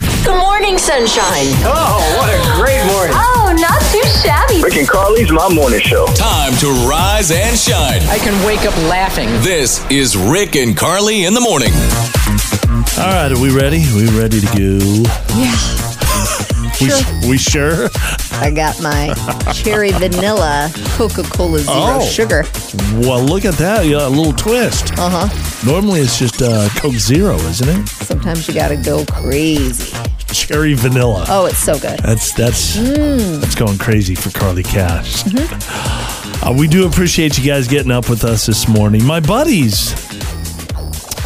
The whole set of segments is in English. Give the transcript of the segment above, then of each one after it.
The morning sunshine. Oh, what a great morning. Oh, not too shabby. Rick and Carly's my morning show. Time to rise and shine. I can wake up laughing. This is Rick and Carly in the morning. All right, are we ready? we ready to go? Yeah. We, we sure? I got my cherry vanilla Coca Cola Zero Oh. sugar. Well, look at that. Yeah, a little twist. Uh huh. Normally it's just uh, Coke Zero, isn't it? Sometimes you gotta go crazy. Cherry vanilla. Oh, it's so good. That's that's that's going crazy for Carly Cash. Uh, we do appreciate you guys getting up with us this morning. My buddies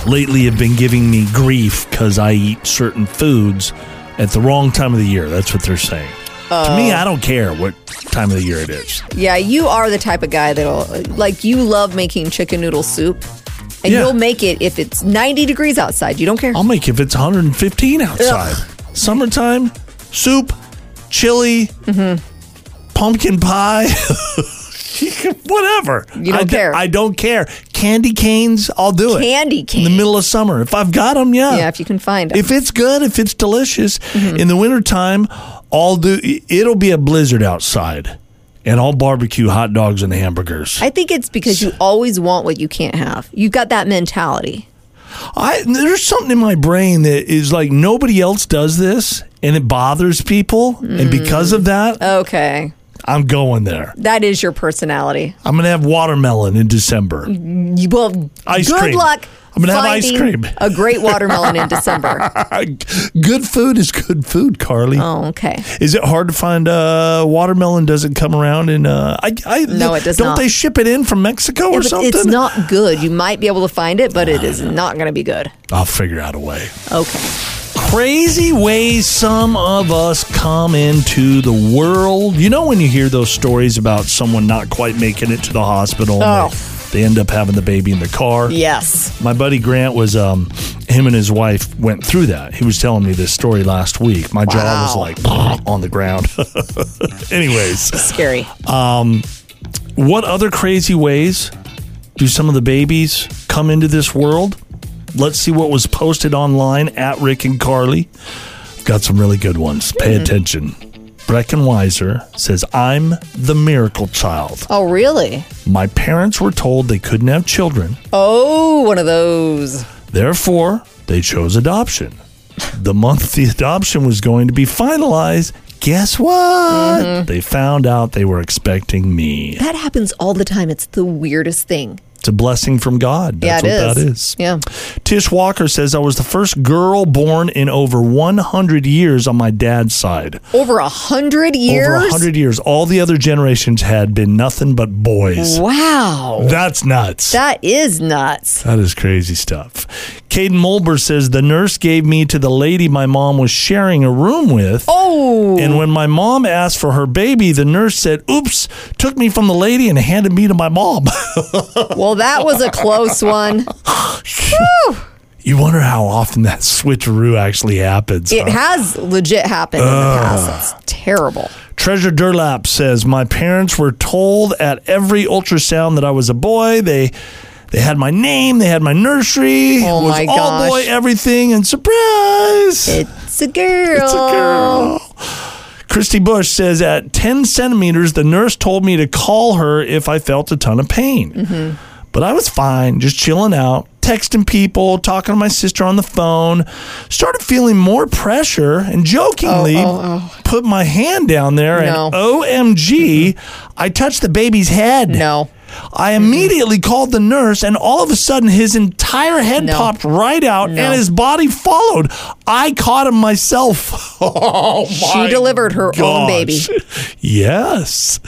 lately have been giving me grief because I eat certain foods at the wrong time of the year. That's what they're saying. to me, I don't care what time of the year it is. Yeah, you are the type of guy that'll like you love making chicken noodle soup. And Yeah. you'll make it if it's 90 degrees outside. You don't care. I'll make if it's 115 outside. Summertime, soup, chili, pumpkin pie, whatever. You don't I d- care. I don't care. Candy canes, I'll do it. Candy cane. In the middle of summer. If I've got them, yeah. Yeah, if you can Mm-hmm. find 'em. If it's good, if it's delicious. In the wintertime, I'll do, it'll be a blizzard outside. And I'll barbecue hot dogs and hamburgers. I think it's because you always want what you can't have. You've got that mentality. I there's something in my brain that is like nobody else does this and it bothers people and because of that Okay. I'm going there. That is your personality. I'm going to have watermelon in December. You, well, Ice good cream. luck. I'm gonna have ice finding cream. A great watermelon in December. good food is good food, Carly. Oh, okay. Is it hard to find uh, watermelon doesn't come around and uh, I, I No, it does Don't not. they ship it in from Mexico or But something? It's not good. You might be able to find it, but it is not going to be good. I'll figure out a way. Okay. crazy ways some of us come into the world. You know, when you hear those stories about someone not quite making it to the hospital, and Oh. they, they end up having the baby in the car. Yes. My buddy Grant was, um, him and his wife went through that. He was telling me this story last week. My jaw was Wow. like on the ground. Anyways, Scary. what other crazy ways do some of the babies come into this world? Let's see what was posted online at Rick and Carly. Got some really good ones. Pay Hmm. attention. Brecken Weiser says, I'm the miracle child. Oh, really? My parents were told they couldn't have children, Oh, one of those. therefore, they chose adoption. The month the adoption was going to be finalized, guess what? Mm-hmm. They found out they were expecting me. That happens all the time. It's the weirdest thing. It's a blessing from God. That's yeah, it what is. that is. Yeah. Tish Walker says, I was the first girl born in over 100 years on my dad's side. Over a hundred years. Over 100 years. All the other generations had been nothing but boys. Wow. That's nuts. That is nuts. that is crazy stuff. Caden Mulber says, The nurse gave me to the lady my mom was sharing a room with. Oh. And when my mom asked for her baby, the nurse said, Oops, took me from the lady and handed me to my mom. Well, that was a close one. Whew. you wonder how often that switcheroo actually happens. It huh? has legit happened in the past. It's terrible. Treasure Durlap says, My parents were told at every ultrasound that I was a boy. They they had my name, they had my nursery, Oh it was my all boy gosh. everything, and surprise! It's a girl. it's a girl. Christy Bush says, At 10 centimeters, the nurse told me to call her if I felt a ton of pain. Mm-hmm. But I was fine, just chilling out, texting people, talking to my sister on the phone. Started feeling more pressure and jokingly put my hand down there Oh, No. Mm-hmm. and OMG, I touched the baby's head. No. I immediately called the nurse, and all of a sudden, his entire head No. popped right out, No. and his body followed. I caught him myself. Oh She delivered her own baby. Yes.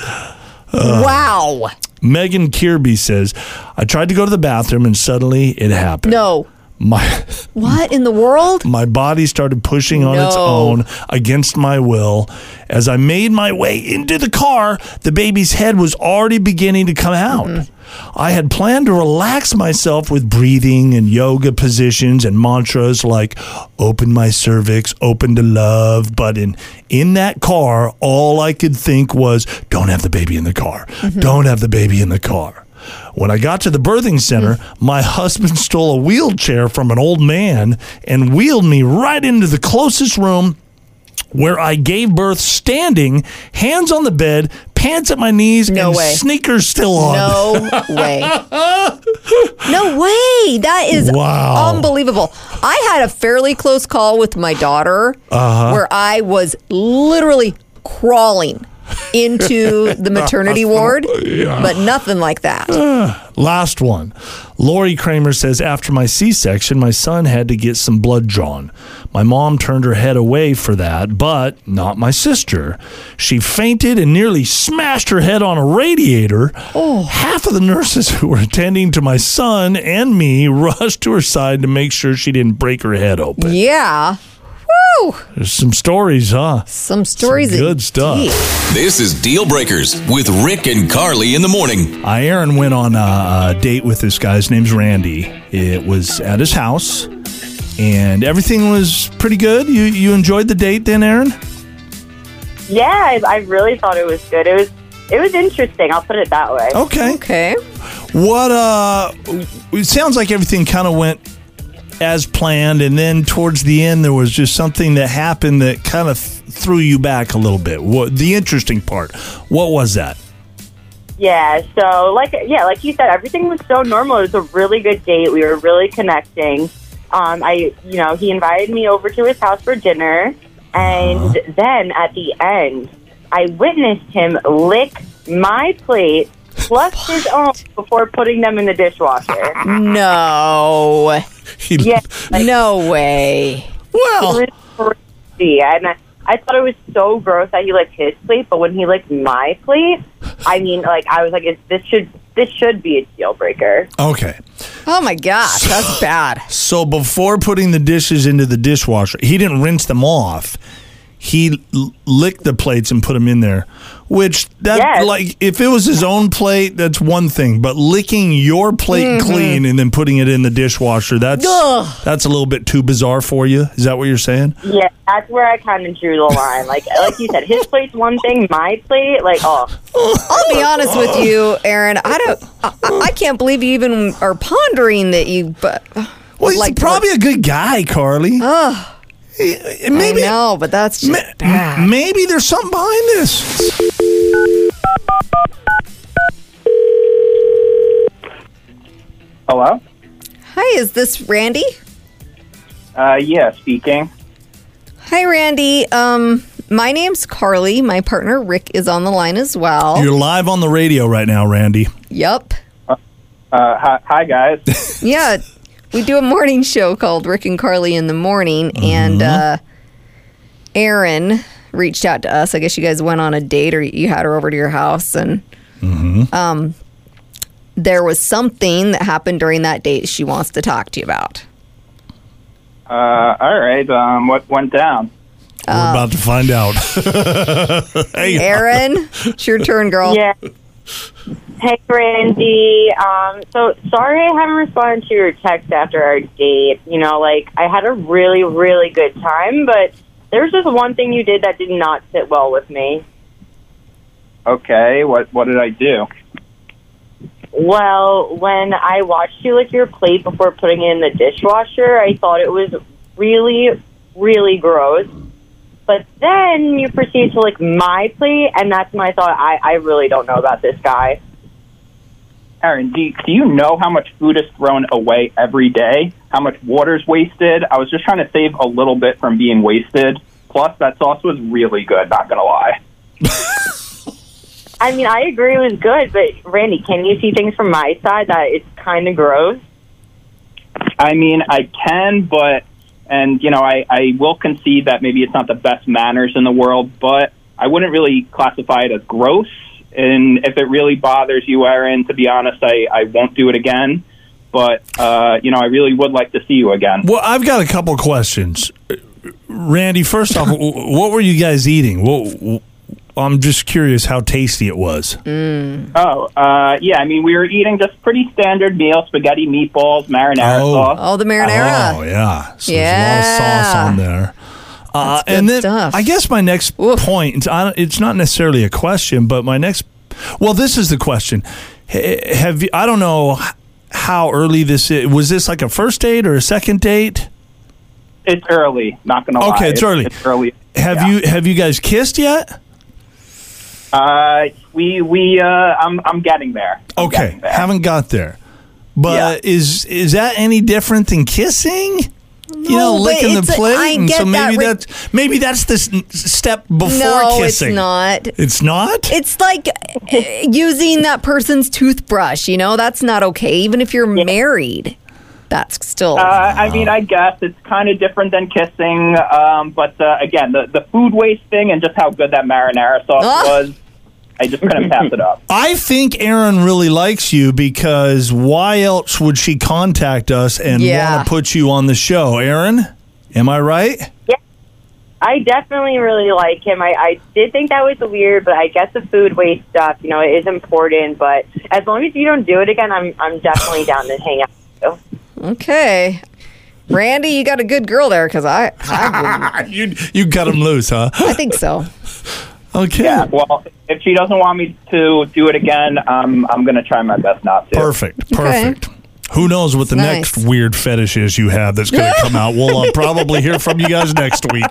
Wow. Megan Kirby says, I tried to go to the bathroom and suddenly it happened. No. My What in the world? my body started pushing on its No. own against my will. As I made my way into the car, the baby's head was already beginning to come out. I had planned to relax myself with breathing and yoga positions and mantras like open my cervix, open to love, but in in that car all I could think was don't have the baby in the car. Don't have the baby in the car. When I got to the birthing center, my husband stole a wheelchair from an old man and wheeled me right into the closest room where I gave birth standing, hands on the bed, pants at my knees, No and way. sneakers still on. No way. No way. That is Wow. unbelievable. I had a fairly close call with my daughter Uh-huh. where I was literally crawling into the maternity ward, but nothing like that. Last one. Lori Kramer says after my C section, my son had to get some blood drawn. My mom turned her head away for that, but not my sister. She fainted and nearly smashed her head on a radiator. Oh. Half of the nurses who were attending to my son and me rushed to her side to make sure she didn't break her head open. Yeah. Woo. There's some stories, huh? Some stories. Some good is stuff. deep. This is Deal Breakers with Rick and Carly in the morning. I Uh, Aaron went on a, a date with this guy. His name's Randy. It was at his house, and everything was pretty good. You you enjoyed the date then, Aaron? Yeah, I, I really thought it was good. It was it was interesting. I'll put it that way. Okay. Okay. What? Uh, it sounds like everything kind of went as planned, and then towards the end there was just something that happened that kind of th- threw you back a little bit. What the interesting part? What was that? Yeah. So like yeah, like you said, everything was so normal. It was a really good date. We were really connecting. Um, I you know he invited me over to his house for dinner, and then at the end, I witnessed him lick my plate plus his own before putting them in the dishwasher. No. He- yeah. Like, No way. Well, It was crazy. And I, I thought it was so gross that he licked his plate, but when he licked my plate, I mean, like I was like, is, this should this should be a deal breaker. okay. Oh my gosh. That's bad. So before putting the dishes into the dishwasher, he didn't rinse them off. He l- licked the plates and put them in there, which that Yes. like if it was his own plate, that's one thing. But licking your plate clean and then putting it in the dishwasher, that's Mm-hmm. Ugh. that's a little bit too bizarre for you. Is that what you're saying? Yeah, that's where I kind of drew the line. Like like you said, his plate's one thing, my plate, like oh, I'll be honest with you, Aaron. I don't. I, I- I can't believe you even are pondering that you. But Well, he's like to probably a good guy, Carly. Eh, eh, maybe I know, but that's just ma- bad. maybe there's something behind this. Hello? Hi, is this Randy? Uh, yeah, speaking. Hi, Randy. Um, my name's Carly. My partner Rick is on the line as well. You're live on the radio right now, Randy. yep. Uh, hi, hi guys. Yeah, we do a morning show called Rick and Carly in the morning, Mm-hmm. and uh, Aaron reached out to us. I guess you guys went on a date, or you had her over to your house, and Mm-hmm. um, there was something that happened during that date she wants to talk to you about. uh, all right. Um, what went down? Oh. We're Um, about to find out. hey, Aaron, it's your turn, girl. yeah. Hey Randy, um, so sorry I haven't responded to your text after our date. You know, like I had a really really good time, but there's just one thing you did that did not sit well with me. Okay, what, what did I do? Well, when I watched you lick your plate before putting it in the dishwasher, I thought it was really, really gross. But then you proceed to lick my plate, and that's when I thought, I, I really don't know about this guy. Aaron, do, do you know how much food is thrown away every day? How much water is wasted? I was just trying to save a little bit from being wasted. Plus, that sauce was really good, not going to lie. I mean, I agree it was good, but Randy, can you see things from my side that it's kind of gross? I mean, I can, but, and, you know, I, I will concede that maybe it's not the best manners in the world, but I wouldn't really classify it as gross. And if it really bothers you, Aaron, to be honest, I, I won't do it again. But, uh, you know, I really would like to see you again. Well, I've got a couple questions, Randy. First off, w- what were you guys eating? What, w- I'm just curious how tasty it was. Oh, uh, yeah, I mean, we were eating just pretty standard meal spaghetti, meatballs, marinara Oh. sauce. Oh, the marinara. Oh yeah, so there's a lot of Yeah. sauce on there. Uh, good and then stuff. I guess my next Oof. point. It's, I don't- it's not necessarily a question, but my next. Well, this is the question. H- Have you? I don't know h- how early this is. Was this like a first date or a second date? it's early. Not gonna lie. Okay, it's early. It's early. Have Yeah. you have you guys kissed yet? Uh, we we uh, I'm I'm getting there. I'm Okay, getting there. haven't got there. But is is that any different than kissing? you know, No, but licking the it's a- I plate. and get so maybe that, Rick. that's maybe that's the s- step before no, kissing. it's not. It's not. It's like uh, using that person's toothbrush. You know, that's not okay. Even if you're married, that's still. Uh, I mean, I guess it's kind of different than kissing, um, but uh, again, the, the food waste thing and just how good that marinara sauce Ah. was, I just couldn't pass it up. I think Erin really likes you because why else would she contact us and Yeah. want to put you on the show, Erin? Am I right? I definitely really like him. I, I did think that was weird, but I guess the food waste stuff, you know, it is important. But as long as you don't do it again, I'm I'm definitely down to hang out. With you. okay. Randy, you got a good girl there because I, I, wouldn't- You you cut him loose, huh? I think so. Okay. Yeah, well, if she doesn't want me to do it again, um, I'm going to try my best not to. Perfect. Perfect. Who knows what the Nice. next weird fetish is you have that's going to come out? We'll uh, probably hear from you guys next week.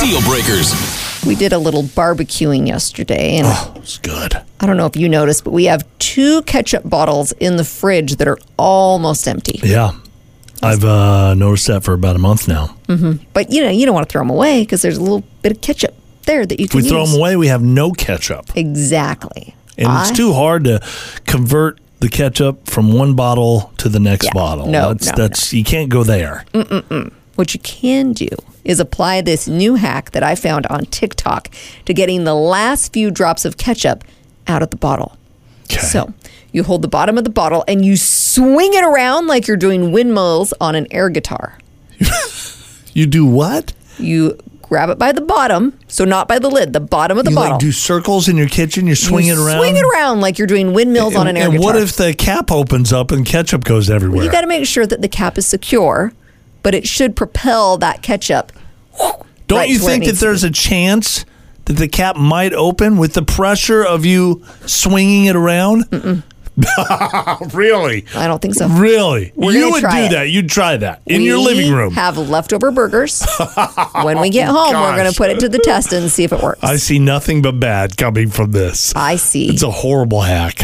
Deal breakers. We did a little barbecuing yesterday, and It's good. I don't know if you noticed, but we have two ketchup bottles in the fridge that are almost empty. Yeah. I've uh, noticed that for about a month now. But you know, you don't want to throw them away because there's a little bit of ketchup there that you If can we throw use. them away, we have no ketchup. Exactly. And I- it's too hard to convert the ketchup from one bottle to the next bottle. No, that's, no, Mm, that's you can't go there. What you can do is apply this new hack that I found on TikTok to getting the last few drops of ketchup out of the bottle. Okay. So you hold the bottom of the bottle and you swing it around like you're doing windmills on an air guitar. You do what? You grab it by the bottom, so not by the lid, the bottom of the you bottle. like do circles in your kitchen. You're swinging you around. Swing it around like you're doing windmills on an And, air and guitar. what if the cap opens up and ketchup goes everywhere? you got to make sure that the cap is secure, but it should propel that ketchup. Don't right you to where it think that needs to there's a chance that the cap might open with the pressure of you swinging it around? really? I don't think so. Really? We're you gonna would do try it. that. You'd try that in your We living room. Have leftover burgers. when we get home, we're gosh. going to put it to the test and see if it works. I see nothing but bad coming from this. I see. It's a horrible hack.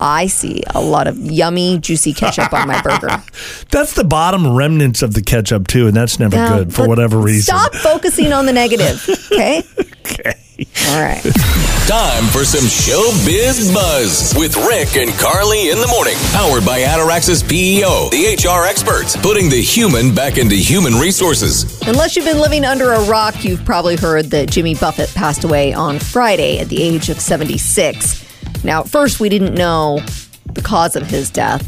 I see a lot of yummy, juicy ketchup on my burger. That's the bottom remnants of the ketchup too, and that's never Um, good for but whatever reason. Stop focusing on the negative. Okay. okay. All right. Time for some showbiz buzz with Rick and Carly in the morning. Powered by Ataraxis PEO, the HR experts, putting the human back into human resources. Unless you've been living under a rock, you've probably heard that Jimmy Buffett passed away on Friday at the age of 76. Now, at first, we didn't know the cause of his death.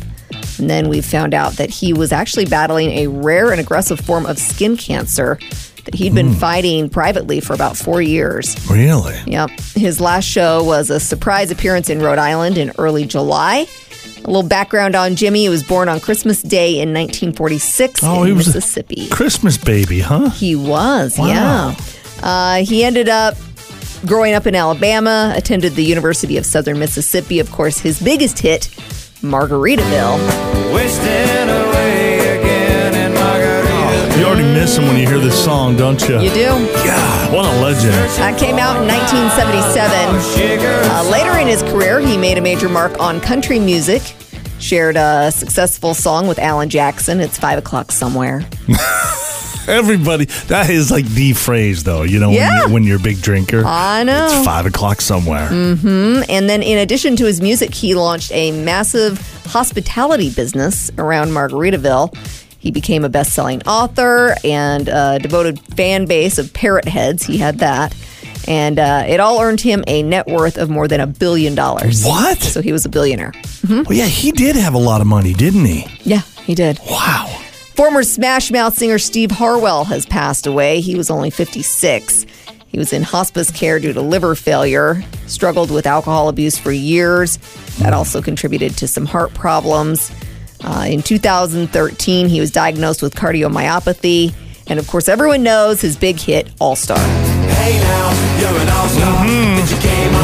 And then we found out that he was actually battling a rare and aggressive form of skin cancer that he'd Hmm. been fighting privately for about four years. Really? Yep. His last show was a surprise appearance in Rhode Island in early July. A little background on Jimmy. He was born on Christmas Day in 1946 Oh, in he was a- Mississippi. Christmas baby, huh? He was, Wow. yeah. Uh, he ended up growing up in Alabama, attended the University of Southern Mississippi. Of course, his biggest hit, Margaritaville. You already miss him when you hear this song, don't you? You do? God, what a legend. That Uh, came out in 1977. Uh, later in his career, he made a major mark on country music. Shared a successful song with Alan Jackson. It's five o'clock somewhere. Everybody, that is like the phrase, though. You know, when, Yeah. you're, when you're a big drinker, I know. Mm. it's five o'clock somewhere. And then, in addition to his music, he launched a massive hospitality business around Margaritaville. He became a best selling author and a devoted fan base of parrot heads. He had that. And uh, it all earned him a net worth of more than a billion dollars. What? So he was a billionaire. Well, yeah, he did have a lot of money, didn't he? Yeah, he did. Wow. Former Smash Mouth singer Steve Harwell has passed away. He was only 56. He was in hospice care due to liver failure, struggled with alcohol abuse for years. That also contributed to some heart problems. Uh, in 2013, he was diagnosed with cardiomyopathy. And of course, everyone knows his big hit, All Star. Mm-hmm.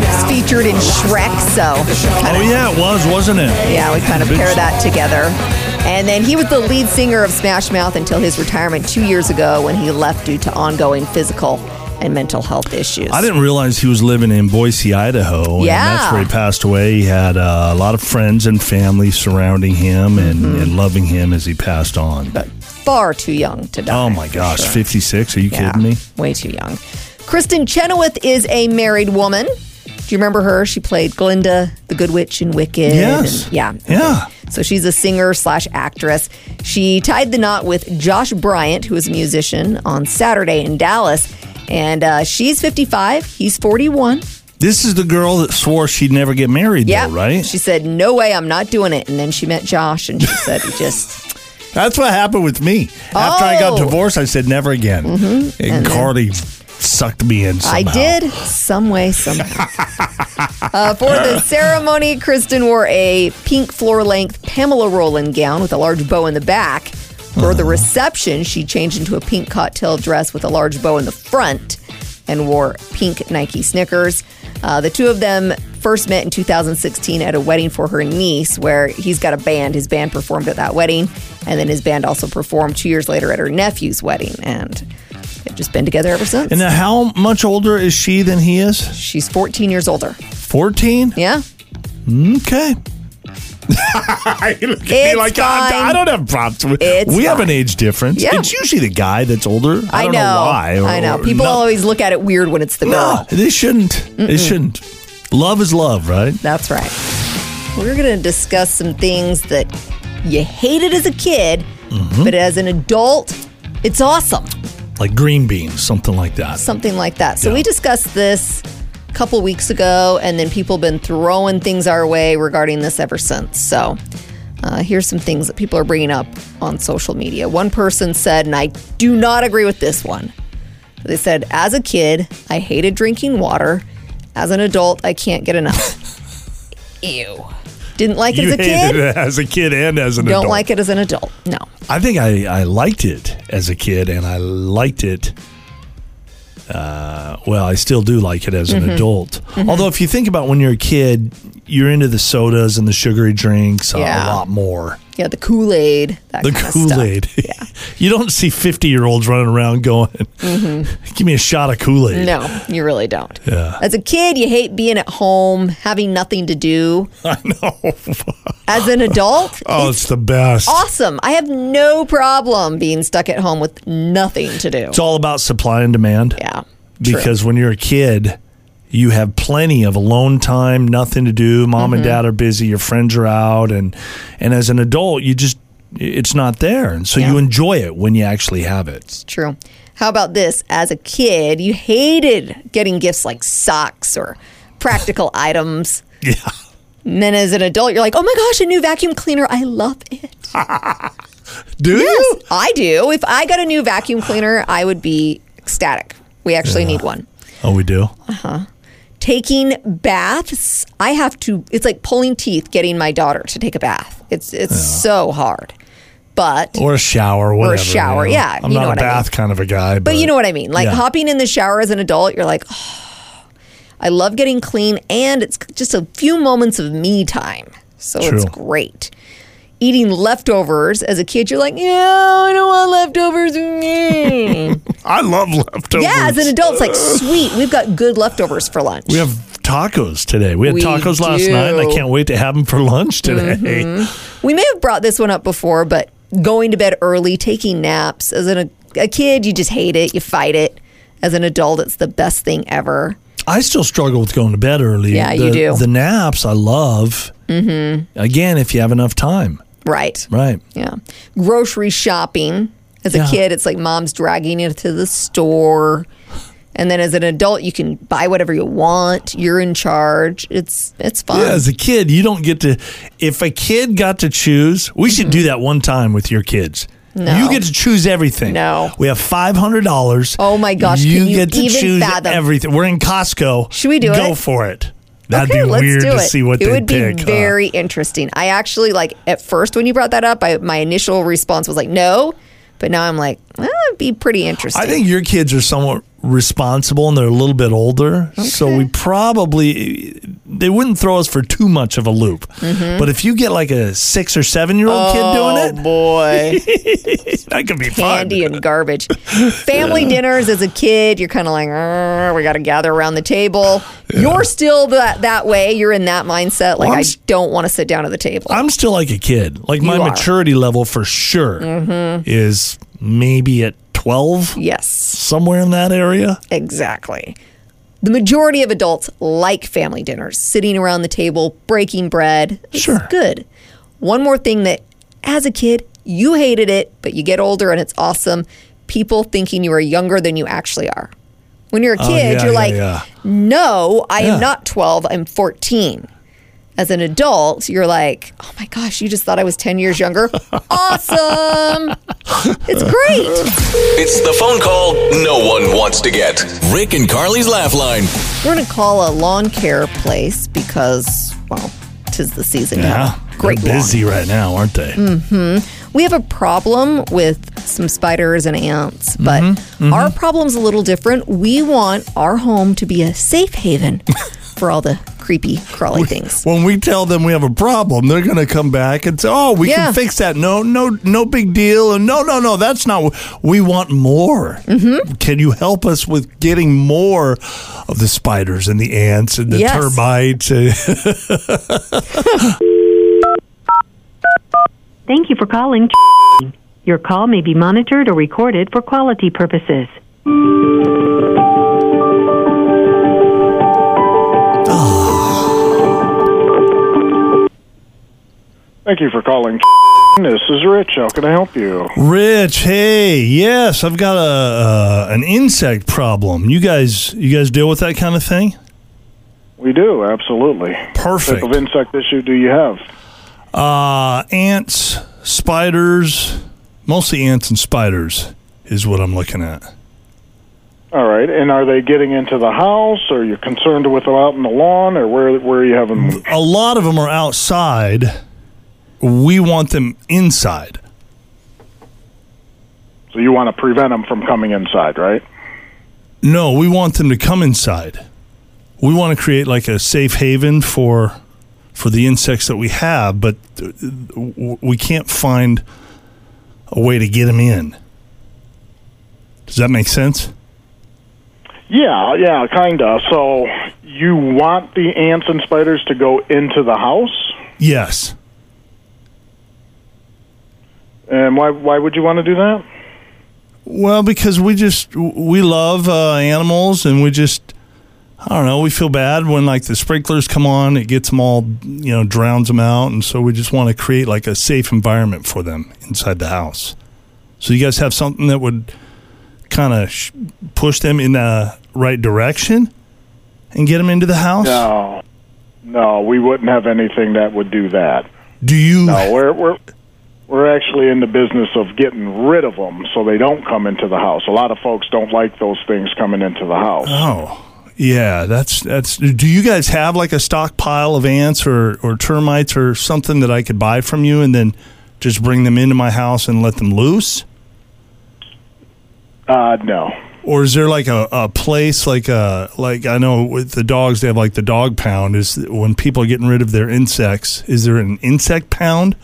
It's featured in Shrek, so Oh yeah, it was, wasn't it? yeah, we kind of Big pair song. that together. And then he was the lead singer of Smash Mouth until his retirement two years ago when he left due to ongoing physical and mental health issues. I didn't realize he was living in Boise, Idaho. Yeah. And that's where he passed away. He had uh, a lot of friends and family surrounding him and, Mm-hmm. and loving him as he passed on. Far too young to die. Oh my gosh, 56? Are you Yeah, kidding me? Way too young. Kristen Chenoweth is a married woman. Do you remember her? She played Glinda, the Good Witch in Wicked. Yes. and- yeah. Yeah. So she's a singer slash actress. She tied the knot with Josh Bryant, who is a musician, on Saturday in Dallas. And uh, she's 55. He's 41. This is the girl that swore she'd never get married, Yeah. though, right? She said, No way, I'm not doing it. And then she met Josh and she said, he just, That's what happened with me. After I got Oh. Mm-hmm. divorced, I said never again. And, And then- Carly sucked me in I somehow. did some way, somehow. uh, for the ceremony, Kristen wore a pink floor length Pamela Roland gown with a large bow in the back. For the reception, she changed into a pink cocktail dress with a large bow in the front and wore pink Nike sneakers. Uh, the two of them first met in 2016 at a wedding for her niece, where he's got a band. His band performed at that wedding, and then his band also performed two years later at her nephew's wedding. And they've just been together ever since. And now, how much older is she than he is? She's 14 years older. 14? Yeah. Okay. you look at me It's like I- fine. I don't have problems with. It's we have fine. an age difference. Yeah. It's usually the guy that's older. I, I, don't know. why. or- I know. or People no- always look at it weird when it's the No, girl. they shouldn't. They shouldn't. Love is love, right? That's right. We're going to discuss some things that you hated as a kid, Mm-hmm. but as an adult, it's awesome. Like green beans, something like that. Something like that. So Yeah. we discussed this a couple weeks ago, and then people have been throwing things our way regarding this ever since. So uh, here's some things that people are bringing up on social media. One person said, and I do not agree with this one. They said, as a kid, I hated drinking water. As an adult, I can't get enough. Ew. Didn't like it you as a hated kid. it as a kid and as an Don't adult. like it as an adult. No. I think I, I liked it as a kid, and I liked it. Uh, well, I still do like it as an Mm-hmm. adult. Although, if you think about when you're a kid, you're into the sodas and the sugary drinks a- Yeah. a lot more. Yeah, the Kool Aid. The Kool Aid. you don't see 50 year olds running around going, give me a shot of Kool Aid. Mm-hmm. No, you really don't. Yeah. As a kid, you hate being at home, having nothing to do. I know. As an adult, oh, it's it's the best. awesome. I have no problem being stuck at home with nothing to do. It's all about supply and demand. Yeah. true. because when you're a kid, you have plenty of alone time, nothing to do. Mom Mm-hmm. and dad are busy, your friends are out, and and as an adult, you just it's not there, and so Yeah. you enjoy it when you actually have it. It's true. How about this? As a kid, you hated getting gifts like socks or practical items. Yeah, And then as an adult, you're like, oh my gosh, a new vacuum cleaner. I love it. do you? I do. If I got a new vacuum cleaner, I would be ecstatic. We actually need one. Oh, we do. taking baths i have to it's like pulling teeth getting my daughter to take a bath it's it's so hard but Or a shower, whatever. you shower, know. yeah, I'm you not know a what I bath mean. kind of a guy, but, but you know what i mean like Yeah. hopping in the shower as an adult you're like oh, i love getting clean and it's just a few moments of me time so it's True. great eating leftovers as a kid you're like yeah i don't want leftovers Mm. I love leftovers. yeah as an adult it's like sweet we've got good leftovers for lunch we have tacos today. We had We tacos last do. Mm-hmm. night, and I can't wait to have them for lunch today. We may have brought this one up before, but going to bed early, taking naps. As an, a kid, you just hate it, you fight it. As an adult, it's the best thing ever. I still struggle with going to bed early. Yeah, the, you do. The naps I love. Mm-hmm. Again, if you have enough time, Right. right? Yeah. Grocery shopping. As a Yeah. kid, it's like mom's dragging you to the store. And then as an adult, you can buy whatever you want. You're in charge. It's it's fun. Yeah, as a kid, you don't get to. If a kid got to choose, we should do that one time with your kids. Mm-hmm. No. You get to choose everything. No. we have five hundred dollars. Oh my gosh, You, can you get to even choose fathom? everything. We're in Costco. Should we do Go it? for it. That'd Okay, be let's weird do to it. see what it they would pick. be huh? very interesting. I actually like at first when you brought that up, I, my initial response was like no, but now I'm like eh, it'd be pretty interesting. I think your kids are somewhat responsible and they're a little bit older. So we probably they wouldn't throw us for too much of a loop. Mm-hmm. But if you get like a six or seven year old kid doing boy. it, that could be fun. Oh, candy and garbage. Family dinners as a kid, you're kind of like, "Arr, we got to gather around the table. You're still that, that way. You're in that mindset. Like, Well, I'm I s- don't want to sit down at the table. I'm still like a kid. Like my You are. Mm-hmm. maturity level for sure is maybe at 12, yes, somewhere in that area. exactly. The majority of adults like family dinners, sitting around the table, breaking bread. It's Sure. good. One more thing that, as a kid, you hated it, but you get older and it's awesome. People thinking you are younger than you actually are. When you're a kid, Oh, yeah, you're yeah, like, yeah. no, I Yeah. am not 12, I'm 14. As an adult, you're like, oh my gosh, you just thought I was 10 years younger? awesome. It's great. It's the phone call no one wants to get. Rick and Carly's Laugh Line. We're going to call a lawn care place because, well, tis the season Yeah. now. Great They're lawn. busy right now, aren't they? We have a problem with some spiders and ants, but Mm-hmm, our problem's a little different. We want our home to be a safe haven for all the creepy, crawly things. When we tell them we have a problem, they're going to come back and say, "Oh, we Yeah. can fix that. No, no, no big deal." And no, no, no, that's not. wh- We want more. Mm-hmm. Can you help us with getting more of the spiders and the ants and the Yes. termites? And Thank you for calling. Your call may be monitored or recorded for quality purposes. Thank you for calling. This is Rich. How can I help you? Rich, hey, yes, I've got a uh, an insect problem. You guys, you guys deal with that kind of thing? We do, absolutely. What Perfect. type of insect issue do you have? Uh, ants, spiders, mostly ants and spiders is what I'm looking at. All right, and are they getting into the house? Or are you concerned with them out in the lawn? Or where, where are you having them? a lot of them are outside. We want them inside. So you want to prevent them from coming inside, right? No, we want them to come inside. We want to create like a safe haven for for the insects that we have, but uh, w- we can't find a way to get them in. Does that make sense? Yeah, yeah, kind of. So you want the ants and spiders to go into the house? Yes. And why, why would you want to do that? Well, because we just we love uh, animals, and we just I don't know. We feel bad when like the sprinklers come on; it gets them all, you know, drowns them out, and so we just want to create like a safe environment for them inside the house. So you guys have something that would kind of sh- push them in the right direction and get them into the house. No. No, we wouldn't have anything that would do that. Do you? No, we're we're we're actually in the business of getting rid of them so they don't come into the house. A lot of folks don't like those things coming into the house. Oh. Yeah, that's that's. Do you guys have like a stockpile of ants or or termites or something that I could buy from you and then just bring them into my house and let them loose? Uh, no. Or is there like a, a place like a like I know with the dogs they have like the dog pound is when people are getting rid of their insects. Is there an insect pound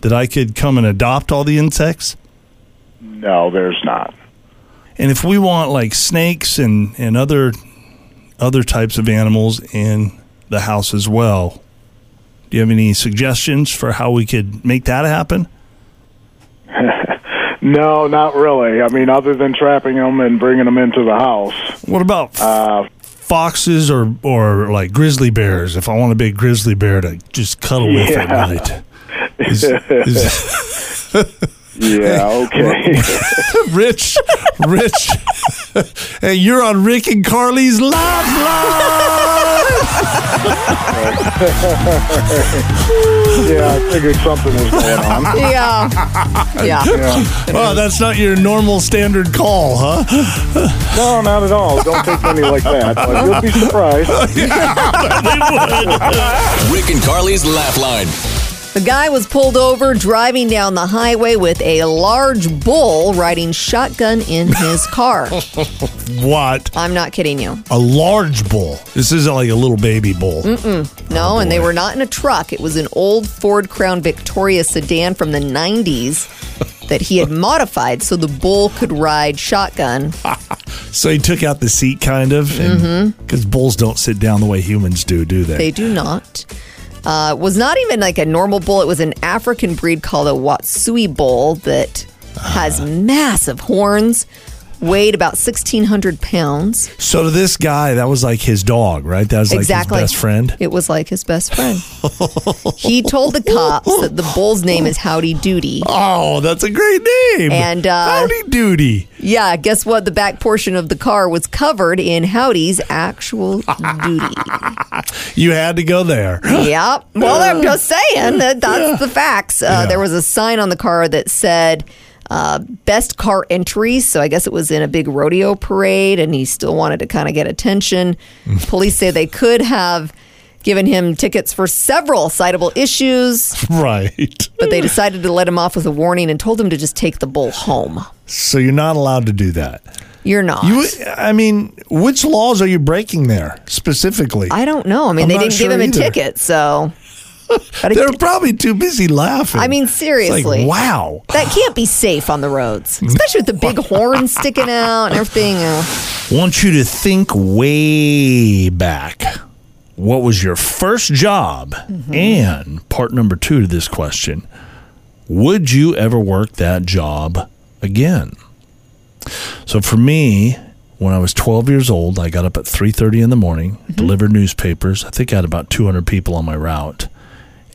that I could come and adopt all the insects? No, there's not. And if we want like snakes and and other other types of animals in the house as well, do you have any suggestions for how we could make that happen? No, not really. I mean, other than trapping them and bringing them into the house. What about f- foxes or or like grizzly bears? If I want a big grizzly bear to just cuddle with at Yeah. night. Is- is- Yeah, okay. Rich, Rich, hey, you're on Rick and Carly's Laugh Line. yeah, I figured something was going on. Yeah. Yeah. Well, that's not your normal standard call, huh? No, not at all. Don't take money like that. But you'll be surprised. Rick and Carly's Laugh Line. The guy was pulled over driving down the highway with a large bull riding shotgun in his car. What? I'm not kidding you. A large bull. This isn't like a little baby bull. No, Oh, and they were not in a truck. It was an old Ford Crown Victoria sedan from the 90s that he had modified so the bull could ride shotgun. So he took out the seat, kind of, because bulls don't sit down the way humans do, do they? Mm-hmm. They do not. Uh, was not even like a normal bull. It was an African breed called a Watsui bull that has Uh-huh. massive horns, weighed about 1,600 pounds. so to this guy, that was like his dog, right? That was like exactly. his best friend. It was like his best friend. he told the cops that the bull's name is Howdy Doody. Oh, that's a great name. And, uh, howdy doody. Yeah, guess what? The back portion of the car was covered in Howdy's actual duty. You had to go there. yep. Well, I'm just saying that that's the facts. Uh, Yeah. There was a sign on the car that said uh, best car entry. So I guess it was in a big rodeo parade and he still wanted to kind of get attention. Police say they could have given him tickets for several citable issues, right. but they decided to let him off with a warning and told him to just take the bull home. So you're not allowed to do that. You're not. You, I mean, which laws are you breaking there specifically? I don't know. I mean, I'm they not didn't sure give him either. a ticket, so But They're it, probably too busy laughing. I mean, It's like, seriously. wow. that can't be safe on the roads, Mm. especially with the big horn sticking out and everything. Uh, want you to think way back. What was your first job? And part number two to this question Would you ever work that job again? So for me, when I was 12 years old, I got up at 3:30 in the morning, delivered newspapers. I think I had about 200 people on my route.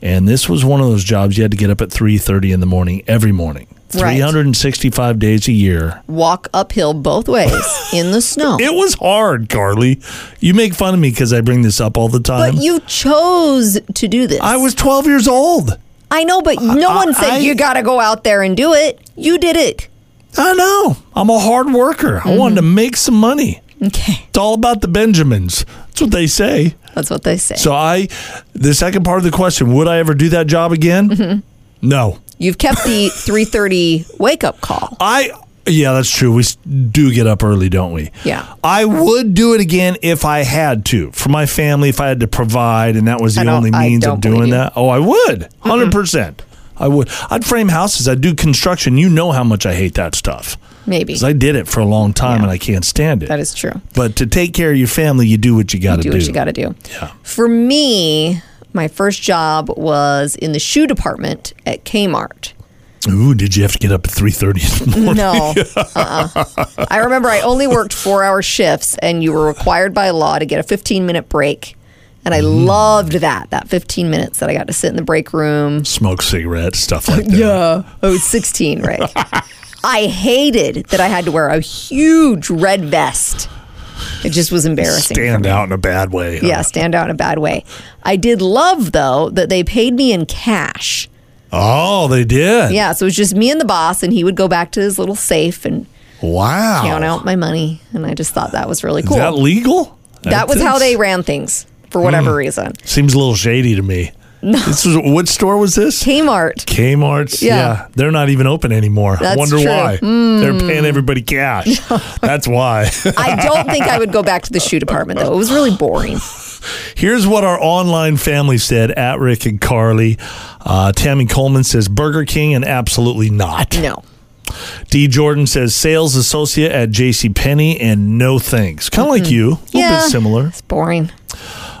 And this was one of those jobs you had to get up at 3:30 in the morning every morning. Right. 365 days a year. walk uphill both ways in the snow. It was hard, Carly. You make fun of me because I bring this up all the time. But you chose to do this. I was 12 years old. I know, but no one said I- you got to go out there and do it. You did it. I know. I'm a hard worker. I wanted Mm-hmm. to make some money. Okay. It's all about the Benjamins. That's what they say. That's what they say. So I, the second part of the question, would I ever do that job again? Mm-hmm. No. You've kept the 3:30 wake up call. I. Yeah, that's true. We s- do get up early, don't we? Yeah. I would do it again if I had to for my family, if I had to provide, and that was I the don't- only I means of don't believe doing you. that. Oh, I would, 100 percent. I would. I'd frame houses. I'd do construction. You know how much I hate that stuff Maybe. because I did it for a long time and I can't stand it. That is true. But to take care of your family, you do what you got to do. do what you got to do. Yeah. For me, my first job was in the shoe department at Kmart. Ooh, did you have to get up at 3:30 in the morning? No. Uh-uh. I remember I only worked four hour shifts, and you were required by law to get a 15 minute break. And I Mm. loved that, that 15 minutes that I got to sit in the break room. Smoke cigarettes, stuff like that. I was 16, right? I hated that I had to wear a huge red vest. It just was embarrassing. for Stand me. out in a bad way. huh? Yeah, stand out in a bad way. I did love, though, that they paid me in cash. Oh, they did. Yeah, so it was just me and the boss, and he would go back to his little safe and Wow. count out my money. And I just thought that was really cool. Oh. Is that Hmm. legal? that was how That's- they ran things for whatever reason. Seems a little shady to me. This was what store was this? Kmart. Kmart's. Yeah. they're not even open anymore. I That's wonder true. Hmm. why. They're paying everybody cash. That's why. I don't think I would go back to the shoe department though. It was really boring. Here's what our online family said at Rick and Carly. Uh, Tammy Coleman says Burger King and absolutely not. No. D Jordan says sales associate at J.C. Penney and no thanks. Kind of like you, a little Mm-hmm. Yeah. bit similar. It's boring.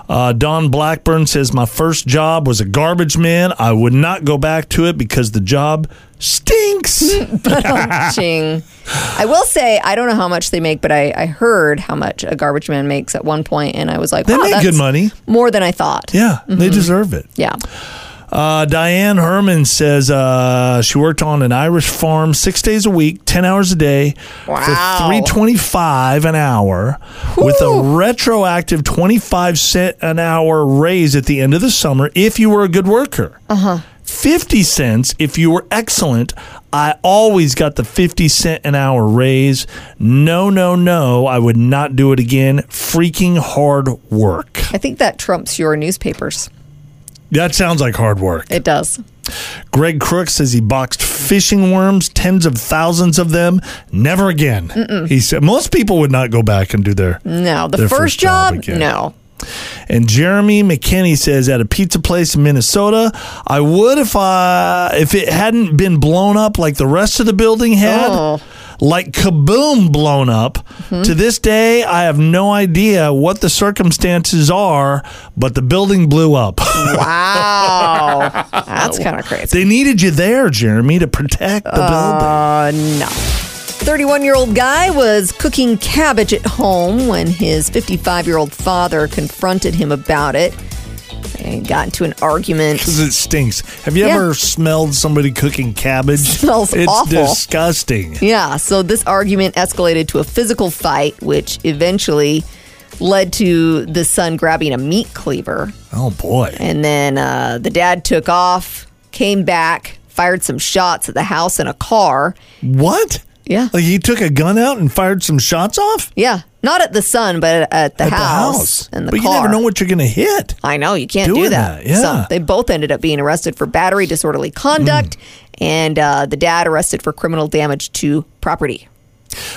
Uh, Don Blackburn says, My first job was a garbage man. I would not go back to it because the job stinks. Ah. Ching. I will say I don't know how much they make, but I, I heard how much a garbage man makes at one point and I was like, They wow, make that's good money. More than I thought. Yeah, they deserve it. Yeah. Uh, Diane Herman says uh, she worked on an Irish farm six days a week, 10 hours a day Wow. for 325 an hour with a retroactive 25 cent an hour raise at the end of the summer if you were a good worker. Uh-huh. 50 cents if you were excellent. I always got the 50 cent an hour raise. No, no, no. I would not do it again. Freaking hard work. I think that trumps your newspapers. That sounds like hard work. It does. Greg Crook says he boxed fishing worms, tens of thousands of them. Never again. He said most people would not go back and do their. No, the Their first, first job job, again. no. And Jeremy McKinney says at a pizza place in Minnesota, I would if I if it hadn't been blown up like the rest of the building had. Oh. Mm-hmm. Like kaboom blown up. To this day, I have no idea what the circumstances are, but the building blew up. Wow, that's kind of crazy. they needed you there, Jeremy, to protect the building. Uh, no. 31 year old guy was cooking cabbage at home when his 55 year old father confronted him about it. They got into an argument. because it stinks. Have you Yeah. ever smelled somebody cooking cabbage? Smells it's awful. disgusting. Yeah, so this argument escalated to a physical fight, which eventually led to the son grabbing a meat cleaver. Oh boy. And then uh, the dad took off, came back, fired some shots at the house and a car. What? Yeah. Like he took a gun out and fired some shots off Yeah, not at the son, but at the, at house, the house. and the but car. you never know what you're gonna hit. I know you can't doing do that. that, yeah. So they both ended up being arrested for battery, disorderly conduct, Mm. and uh, the dad arrested for criminal damage to property.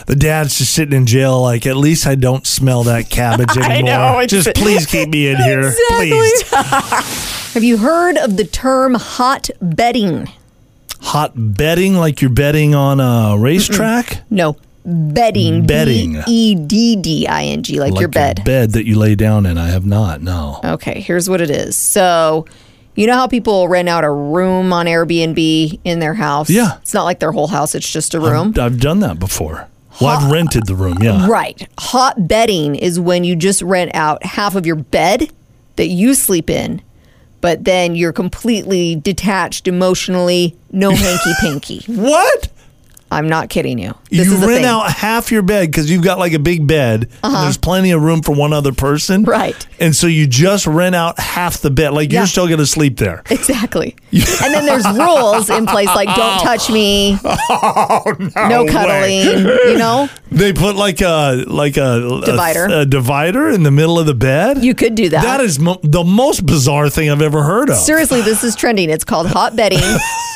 The dad's just sitting in jail. Like at least I don't smell that cabbage anymore. know, it's- just please keep me in here, please. Have you heard of the term hot bedding? Hot betting, like you're betting on a racetrack, No, bedding. Bedding. E D D I N G, like, like your bed. a bed that you lay down in. I have not. No. Okay, here's what it is. So, you know how people rent out a room on Airbnb in their house? Yeah. It's not like their whole house, it's just a room. I've done that before. Well, I've rented the room. Yeah. Right. Hot bedding is when you just rent out half of your bed that you sleep in, but then you're completely detached emotionally, no hanky panky. What? I'm not kidding you. This you is the rent thing. Uh-huh. out half your bed because you've got like a big bed and there's plenty of room for one other person. Right. And so you just rent out half the bed. Like Yeah. you're still going to sleep there. Exactly. and then there's rules in place like don't touch me, Oh, no, cuddling, you know? They put like a like a a- Divider. a, divider in the middle of the bed. You could do that. That is mo- the most bizarre thing I've ever heard of. Seriously, this is trending. It's called hot bedding.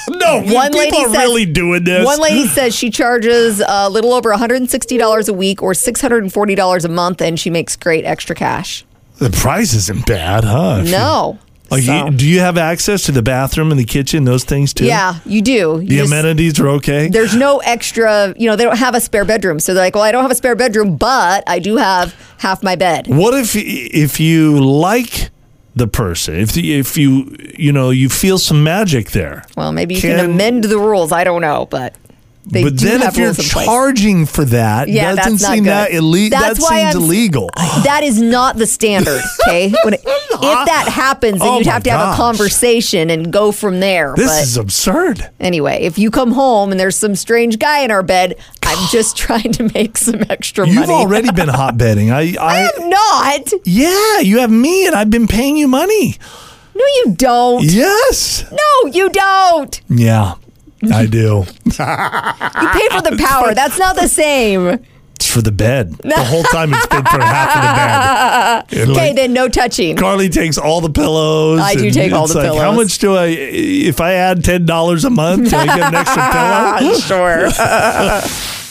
No, One people lady are says- really doing this. One lady says she charges a little over $160 a week or $640 a month, and she makes great extra cash. the price isn't bad, huh? If you- No. Like, Oh, you- So- do you have access to the bathroom and the kitchen, those things too? yeah, you do. You The just- amenities are okay. There's no extra, you know, they don't have a spare bedroom. So they're like, well, I don't have a spare bedroom, but I do have half my bed. What if if you like the person, if the, if you you know you feel some magic there, Well, maybe you can, Can- amend the rules. I don't know, but they but do then have if you're rules in place. charging for that, yeah, doesn't that's not seem good. that ille- That's that why seems I'm- illegal. that is not the standard, okay? When it- if that happens, then Oh you'd my have to have a gosh. conversation and go from there. This but is absurd. anyway, if you come home and there's some strange guy in our bed, I'm just trying to make some extra You've money. already been hot betting. I, I, I'm not. yeah, you have me, and I've been paying you money. No, you don't. Yes, No, you don't. yeah, I do. You pay for the power. That's not the same. It's for the bed. The whole time it's been for half of the bed. And Okay, like- then no touching. Carly takes all the pillows. I do and take all it's the like, How pillows. much do I, if I add $10 a month, do I get an extra pillow? Sure.